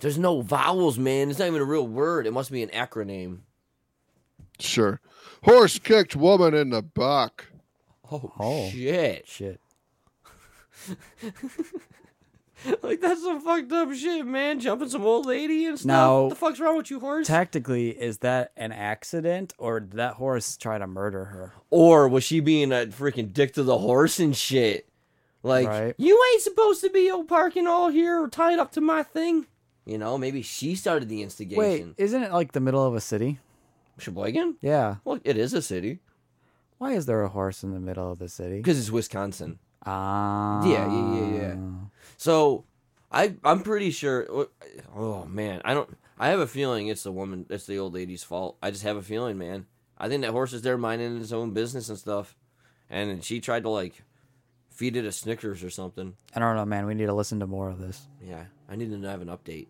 Speaker 3: There's no vowels, man. It's not even a real word. It must be an acronym.
Speaker 2: Sure. Horse kicked woman in the back.
Speaker 3: Oh,
Speaker 1: Oh.
Speaker 3: shit!
Speaker 1: Shit.
Speaker 3: Like that's some fucked up shit, man. Jumping some old lady and stuff.
Speaker 1: Now-
Speaker 3: what the fuck's wrong with you, horse?
Speaker 1: Tactically, is that an accident or did that horse try to murder her?
Speaker 3: or was she being a freaking dick to the horse and shit? Like
Speaker 1: Right.
Speaker 3: you ain't supposed to be oh, parking all here or tied up to my thing. You know, maybe she started the
Speaker 1: Wait,
Speaker 3: instigation.
Speaker 1: isn't it like the middle of a city?
Speaker 3: Sheboygan?
Speaker 1: Yeah.
Speaker 3: Well, it is a city
Speaker 1: Why is there a horse in the middle of the city?
Speaker 3: because it's Wisconsin.
Speaker 1: Ah.
Speaker 3: Yeah, yeah, yeah, yeah. So I I'm pretty sure. Oh man, I don't. I have a feeling it's the woman. It's the old lady's fault. I just have a feeling, man. I think that horse is there minding its own business and stuff, and she tried to like feed it a Snickers or something.
Speaker 1: I don't know, man. We need to listen to more of this.
Speaker 3: Yeah, I need to have an update.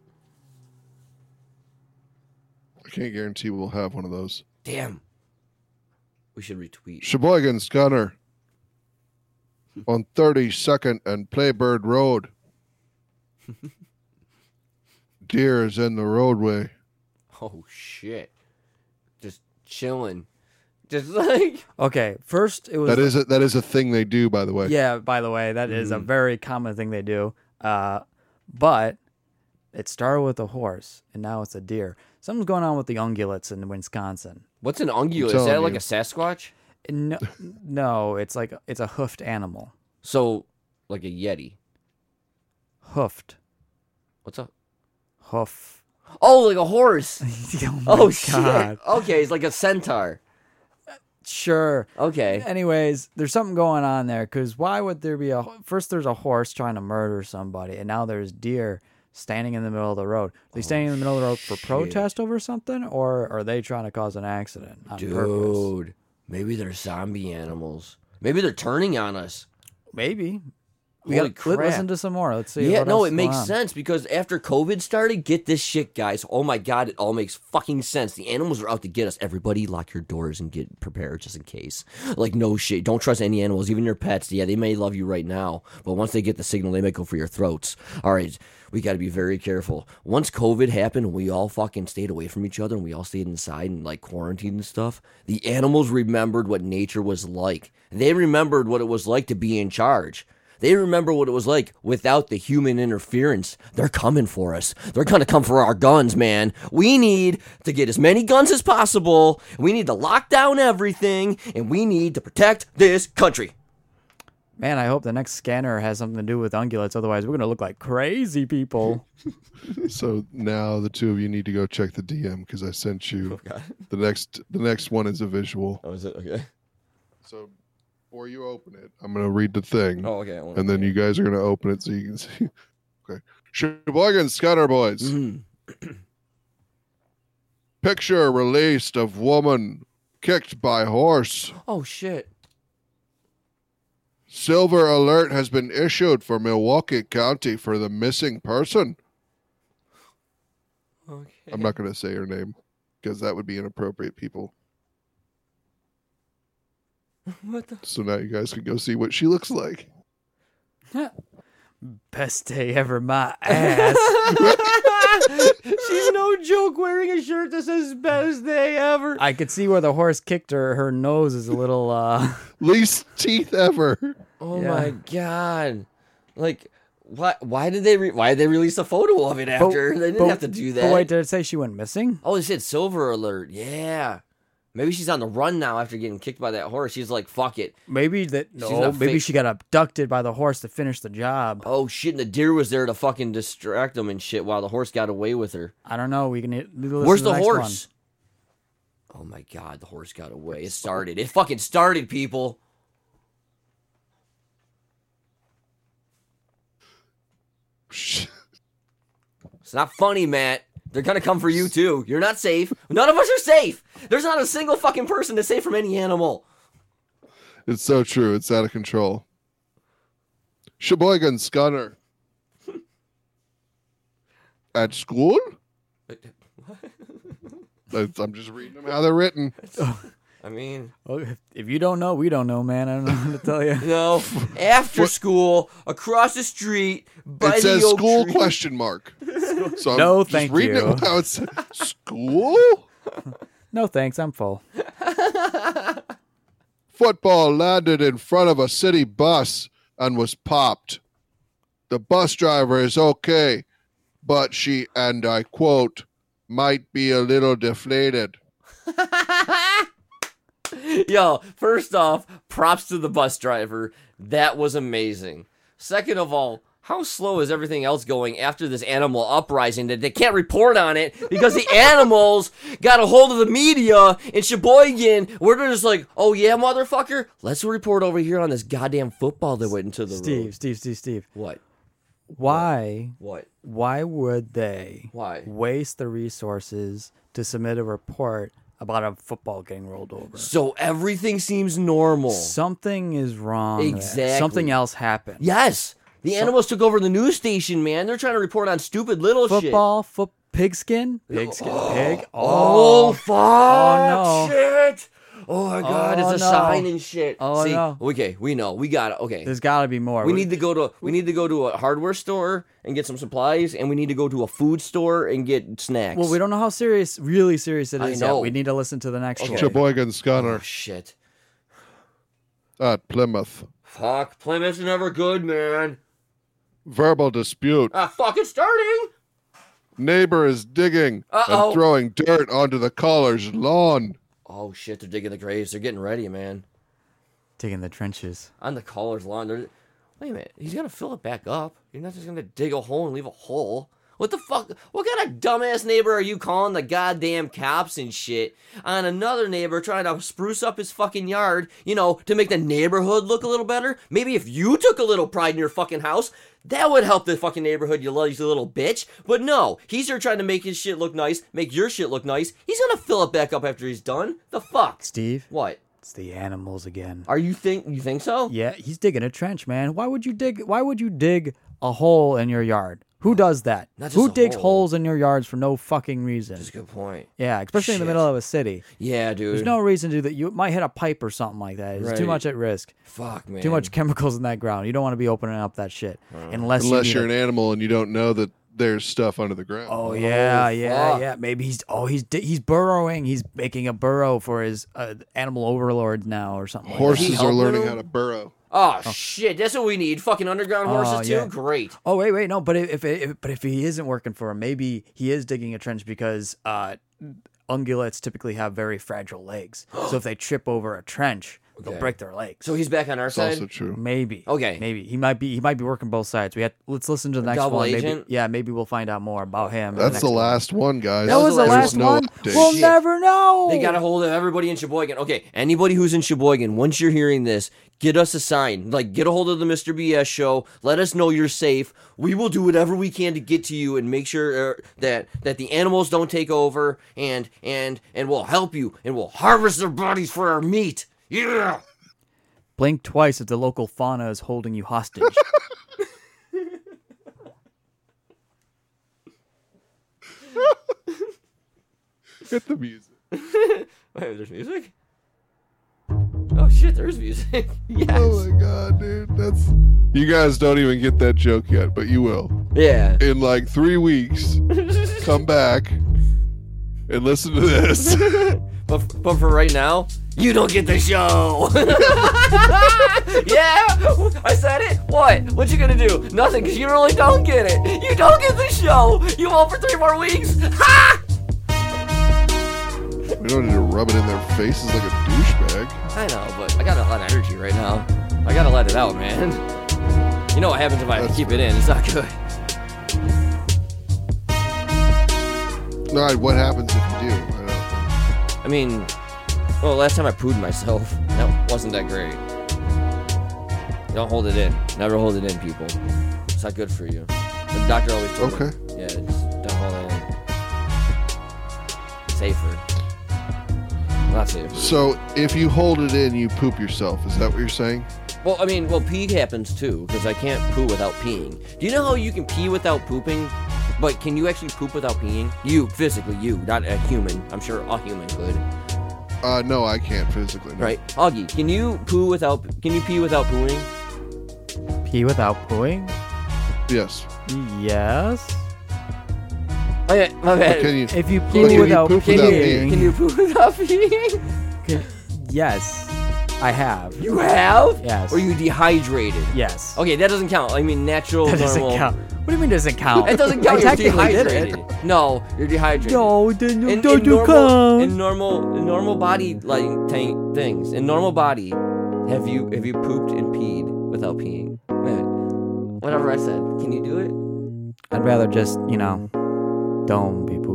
Speaker 2: I can't guarantee we'll have one of those.
Speaker 3: Damn. We should retweet.
Speaker 2: Sheboygan Scunner. On 32nd and Playbird Road. Deer is in the roadway.
Speaker 3: Oh shit. Just chilling. Just like
Speaker 1: Okay, first it was
Speaker 2: That is a, that is a thing they do, by the way.
Speaker 1: Yeah, by the way, that is a very common thing they do. Uh, but it started with a horse and now it's a deer. Something's going on with the ungulates in Wisconsin.
Speaker 3: what's an ungulate? Is
Speaker 2: telling
Speaker 3: that like
Speaker 2: you.
Speaker 3: a Sasquatch?
Speaker 1: No, no, it's like it's a hoofed animal.
Speaker 3: So like a Yeti.
Speaker 1: Hoofed.
Speaker 3: What's up?
Speaker 1: Hoof.
Speaker 3: Oh, like a horse.
Speaker 1: oh, my
Speaker 3: Oh
Speaker 1: God.
Speaker 3: shit. Okay, it's like a centaur.
Speaker 1: Sure.
Speaker 3: Okay.
Speaker 1: Anyways, there's something going on there because why would there be a first? There's a horse trying to murder somebody, and now there's deer standing in the middle of the road. Are they
Speaker 3: Oh,
Speaker 1: standing in the middle of the road for protest over something, or are they trying to cause an accident on purpose?
Speaker 3: Dude, maybe they're zombie animals. Maybe they're turning on us.
Speaker 1: Maybe. We
Speaker 3: Holy
Speaker 1: gotta li- listen
Speaker 3: crap.
Speaker 1: to some more. Let's see.
Speaker 3: Yeah,
Speaker 1: what
Speaker 3: no,
Speaker 1: else
Speaker 3: it
Speaker 1: is
Speaker 3: makes
Speaker 1: going on.
Speaker 3: sense because after COVID started, get this shit, guys. Oh my god, it all makes fucking sense. The animals are out to get us. Everybody, lock your doors and get prepared just in case. Like, no shit. Don't trust any animals, even your pets. Yeah, they may love you right now, but once they get the signal, they may go for your throats. All right, we got to be very careful. Once COVID happened, we all fucking stayed away from each other and we all stayed inside and like quarantined and stuff. The animals remembered what nature was like. They remembered what it was like to be in charge. They remember what it was like without the human interference. They're coming for us. They're going to come for our guns, man. We need to get as many guns as possible. We need to lock down everything, and we need to protect this country.
Speaker 1: Man, I hope the next scanner has something to do with ungulates. Otherwise, we're gonna look like crazy people.
Speaker 2: So now the two of you need to go check the DM because I sent you the next the next one is a visual.
Speaker 3: Oh, is it? Okay.
Speaker 2: So before you open it, I'm gonna read the thing.
Speaker 3: Oh, okay. I
Speaker 2: and then you guys are gonna open it so you can see. okay. Sheboygan Scanner Boys.
Speaker 3: Mm-hmm.
Speaker 2: Picture released of woman kicked by horse.
Speaker 3: Oh, shit.
Speaker 2: Silver alert has been issued for Milwaukee County for the missing person.
Speaker 3: Okay.
Speaker 2: I'm not gonna say her name because that would be inappropriate, people.
Speaker 3: What the?
Speaker 2: So now you guys can go see what she looks like.
Speaker 1: Best day ever, my ass.
Speaker 3: She's no joke wearing a shirt that says best day ever.
Speaker 1: I could see where the horse kicked her. Her nose is a little. uh
Speaker 2: Least teeth ever.
Speaker 3: Oh
Speaker 1: Yeah.
Speaker 3: my god! Like, why? Why did they? Re- why did they release a photo of it after? they didn't
Speaker 1: but-
Speaker 3: have to do that.
Speaker 1: But wait, did it say she went missing?
Speaker 3: oh, it said silver alert. Yeah, maybe she's on the run now after getting kicked by that horse. She's like, fuck it.
Speaker 1: Maybe that.
Speaker 3: She's
Speaker 1: No,
Speaker 3: not
Speaker 1: maybe
Speaker 3: fake.
Speaker 1: she got abducted by the horse to finish the job.
Speaker 3: Oh shit! And the deer was there to fucking distract them and shit while the horse got away with her.
Speaker 1: I don't know. We can. listen
Speaker 3: Where's
Speaker 1: to
Speaker 3: the
Speaker 1: next
Speaker 3: horse? Oh my god, the horse got away. It started. It fucking started, people. It's not funny, Matt. They're gonna come for you too. You're not safe. None of us are safe. There's not a single fucking person that's safe from any animal.
Speaker 2: It's so true. It's out of control. Sheboygan Scunner. At school? That's- I'm just reading them how they're written.
Speaker 3: I mean,
Speaker 1: One. Oh, if- if you don't know, we don't know, man. I don't know what to tell you.
Speaker 3: no. After school, across the street, by
Speaker 2: it
Speaker 3: the
Speaker 2: says
Speaker 3: oak
Speaker 2: school
Speaker 3: tree.
Speaker 2: question mark. So I'm
Speaker 1: No,
Speaker 2: just
Speaker 1: thank
Speaker 2: reading
Speaker 1: you.
Speaker 2: it how it's school
Speaker 1: No thanks. I'm full.
Speaker 2: football landed in front of a city bus and was popped. The bus driver is okay, but she and I quote might be a little deflated.
Speaker 3: Yo, first off, props to the bus driver. That was amazing. Second of all, how slow is everything else going after this animal uprising that they can't report on it because the animals got a hold of the media in Sheboygan where they're just like, oh yeah, motherfucker, let's report over here on this goddamn football that went into the
Speaker 1: Steve,
Speaker 3: road.
Speaker 1: Steve, Steve, Steve.
Speaker 3: What?
Speaker 1: Why?
Speaker 3: What?
Speaker 1: Why would they?
Speaker 3: Why?
Speaker 1: waste the resources to submit a report about a football getting rolled over?
Speaker 3: So everything seems normal.
Speaker 1: Something is wrong. there.
Speaker 3: Exactly.
Speaker 1: Something else happened.
Speaker 3: Yes. The animals took over the news station, man. They're trying to report on stupid little shit.
Speaker 1: Football, foot, pigskin, pigskin, pig.
Speaker 3: Oh,
Speaker 1: Oh,
Speaker 3: fuck!
Speaker 1: Oh, no.
Speaker 3: Shit! Oh my god,
Speaker 1: Oh,
Speaker 3: it's a
Speaker 1: no.
Speaker 3: sign and shit.
Speaker 1: Oh,
Speaker 3: See,
Speaker 1: no.
Speaker 3: okay, we know, we got it. Okay,
Speaker 1: there's got to be more.
Speaker 3: we need to go to we need to go to a hardware store and get some supplies, and we need to go to a food store and get snacks.
Speaker 1: Well, we don't know how serious, really serious it
Speaker 3: I
Speaker 1: is
Speaker 3: know.
Speaker 1: yet. We need to listen to the next
Speaker 3: Okay.
Speaker 1: one.
Speaker 2: Sheboygan
Speaker 3: Oh
Speaker 2: Scunner
Speaker 3: shit!
Speaker 2: at Plymouth.
Speaker 3: Fuck, Plymouth's never good, man.
Speaker 2: Verbal dispute.
Speaker 3: Ah, fuck, it's starting.
Speaker 2: Neighbor is digging
Speaker 3: Uh-oh.
Speaker 2: and throwing dirt onto the caller's lawn.
Speaker 3: Oh shit, they're digging the graves. They're getting ready, man.
Speaker 1: Taking the trenches.
Speaker 3: On the caller's lawn. They're... Wait a minute, he's gonna fill it back up. You're not just gonna dig a hole and leave a hole. What the fuck? What kind of dumbass neighbor are you calling the goddamn cops and shit on another neighbor trying to spruce up his fucking yard, you know, to make the neighborhood look a little better? Maybe if you took a little pride in your fucking house, that would help the fucking neighborhood, you lazy little bitch. But no, he's here trying to make his shit look nice, make your shit look nice. He's gonna fill it back up after he's done. The fuck?
Speaker 1: Steve,
Speaker 3: What?
Speaker 1: it's the animals again.
Speaker 3: Are you think you think so?
Speaker 1: Yeah, he's digging a trench, man. Why would you dig? Why would you dig a hole in your yard? Who does that?
Speaker 3: Not just
Speaker 1: Who
Speaker 3: a
Speaker 1: digs
Speaker 3: hole.
Speaker 1: holes in your yards for no fucking reason?
Speaker 3: That's a good point.
Speaker 1: Yeah, especially in the
Speaker 3: Shit.
Speaker 1: middle of a city.
Speaker 3: Yeah, dude.
Speaker 1: There's no reason to do that. You might hit a pipe or something like that. It's too
Speaker 3: Right.
Speaker 1: much at risk.
Speaker 3: fuck, man.
Speaker 1: Too much chemicals in that ground. You don't want to be opening up that shit
Speaker 3: Uh,
Speaker 1: unless
Speaker 2: Unless
Speaker 1: you
Speaker 2: you're
Speaker 1: need
Speaker 2: an
Speaker 1: it.
Speaker 2: animal and you don't know that there's stuff under the ground.
Speaker 1: Oh yeah, yeah,
Speaker 3: fuck.
Speaker 1: yeah. Maybe he's oh he's di- he's burrowing. He's making a burrow for his uh, animal overlords now or something. like that.
Speaker 2: Horses are
Speaker 3: helping
Speaker 2: learning
Speaker 3: him?
Speaker 2: how to burrow.
Speaker 3: Oh, shit, that's what we need. Fucking underground horses
Speaker 1: Oh,
Speaker 3: too.
Speaker 1: yeah.
Speaker 3: Great.
Speaker 1: Oh wait, wait, no. But if, if, if but if he isn't working for him, maybe he is digging a trench because uh, ungulates typically have very fragile legs. so if they trip over a trench, they'll
Speaker 3: Okay.
Speaker 1: break their legs.
Speaker 3: So he's back on our
Speaker 2: It's
Speaker 3: side.
Speaker 2: also true.
Speaker 1: maybe
Speaker 3: Okay.
Speaker 1: maybe he might be he might be working both sides. We have, let's listen to the next
Speaker 3: Double
Speaker 1: one.
Speaker 3: agent?
Speaker 1: Maybe yeah, maybe we'll find out more about him. in
Speaker 2: That's
Speaker 1: next
Speaker 2: the
Speaker 1: one.
Speaker 2: last one, guys.
Speaker 1: That was the
Speaker 2: There's
Speaker 1: last
Speaker 2: no
Speaker 1: one.
Speaker 2: update.
Speaker 1: We'll
Speaker 3: Shit.
Speaker 1: never know.
Speaker 3: They got a hold of everybody in Sheboygan. Okay, anybody who's in Sheboygan, once you're hearing this, get us a sign. Like, get a hold of the Mr. BS show. Let us know you're safe. We will do whatever we can to get to you and make sure uh, that that the animals don't take over. And and and we'll help you. And we'll harvest their bodies for our meat. Yeah.
Speaker 1: Blink twice if the local fauna is holding you hostage.
Speaker 2: Hit the music.
Speaker 3: Wait, there's music. Oh shit, there is music. yes.
Speaker 2: Oh my god, dude. That's you guys don't even get that joke yet, but you will.
Speaker 3: Yeah.
Speaker 2: In like three weeks, come back and listen to this.
Speaker 3: But, but for right now, you don't get the show. yeah, I said it. What? What you gonna do? Nothing, cause you really don't get it. You don't get the show. You won't for three more weeks. Ha!
Speaker 2: we don't need to rub it in their faces like a douchebag.
Speaker 3: I know, but I got a lot of energy right now. I gotta let it out, man. You know what happens if I keep it in? It's not good.
Speaker 2: All right, what happens if you do? I don't-
Speaker 3: I mean, well, last time I pooed myself, that wasn't that great. Don't hold it in. Never hold it in, people. It's not good for you. The doctor always told me.
Speaker 2: Okay.
Speaker 3: Yeah, just don't hold it in. Safer. Not safer.
Speaker 2: So if you hold it in, you poop yourself. Is that what you're saying?
Speaker 3: Well, I mean, well, pee happens too, because I can't poo without peeing. Do you know how you can pee without pooping? But can you actually poop without peeing? You, physically, you, not a human. I'm sure a human could.
Speaker 2: Uh, no, I can't physically. No.
Speaker 3: Right. Augie, can you poo without, can you pee without pooing?
Speaker 1: Pee without pooing?
Speaker 2: Yes.
Speaker 1: Yes.
Speaker 3: Oh, yeah, my bad.
Speaker 2: But can you-
Speaker 1: If you
Speaker 2: but
Speaker 1: poo
Speaker 2: can you
Speaker 1: without
Speaker 2: poop
Speaker 1: peeing,
Speaker 2: without peeing?
Speaker 3: Can you poo without peeing?
Speaker 1: Can- yes, I have.
Speaker 3: You have?
Speaker 1: Yes.
Speaker 3: Or you dehydrated?
Speaker 1: Yes.
Speaker 3: Okay, that doesn't count. I mean, natural,
Speaker 1: That doesn't
Speaker 3: normal.
Speaker 1: count. What do you mean doesn't count?
Speaker 3: It doesn't count.
Speaker 1: I
Speaker 3: You're
Speaker 1: technically did it.
Speaker 3: dehydrated. No, you're dehydrated.
Speaker 1: No, then you
Speaker 3: in,
Speaker 1: don't
Speaker 3: in
Speaker 1: you
Speaker 3: normal,
Speaker 1: count.
Speaker 3: in normal in normal body like tang- things in normal body have you have you pooped and peed without peeing Wait, whatever i said can you do it
Speaker 1: I'd rather just you know, don't be pooping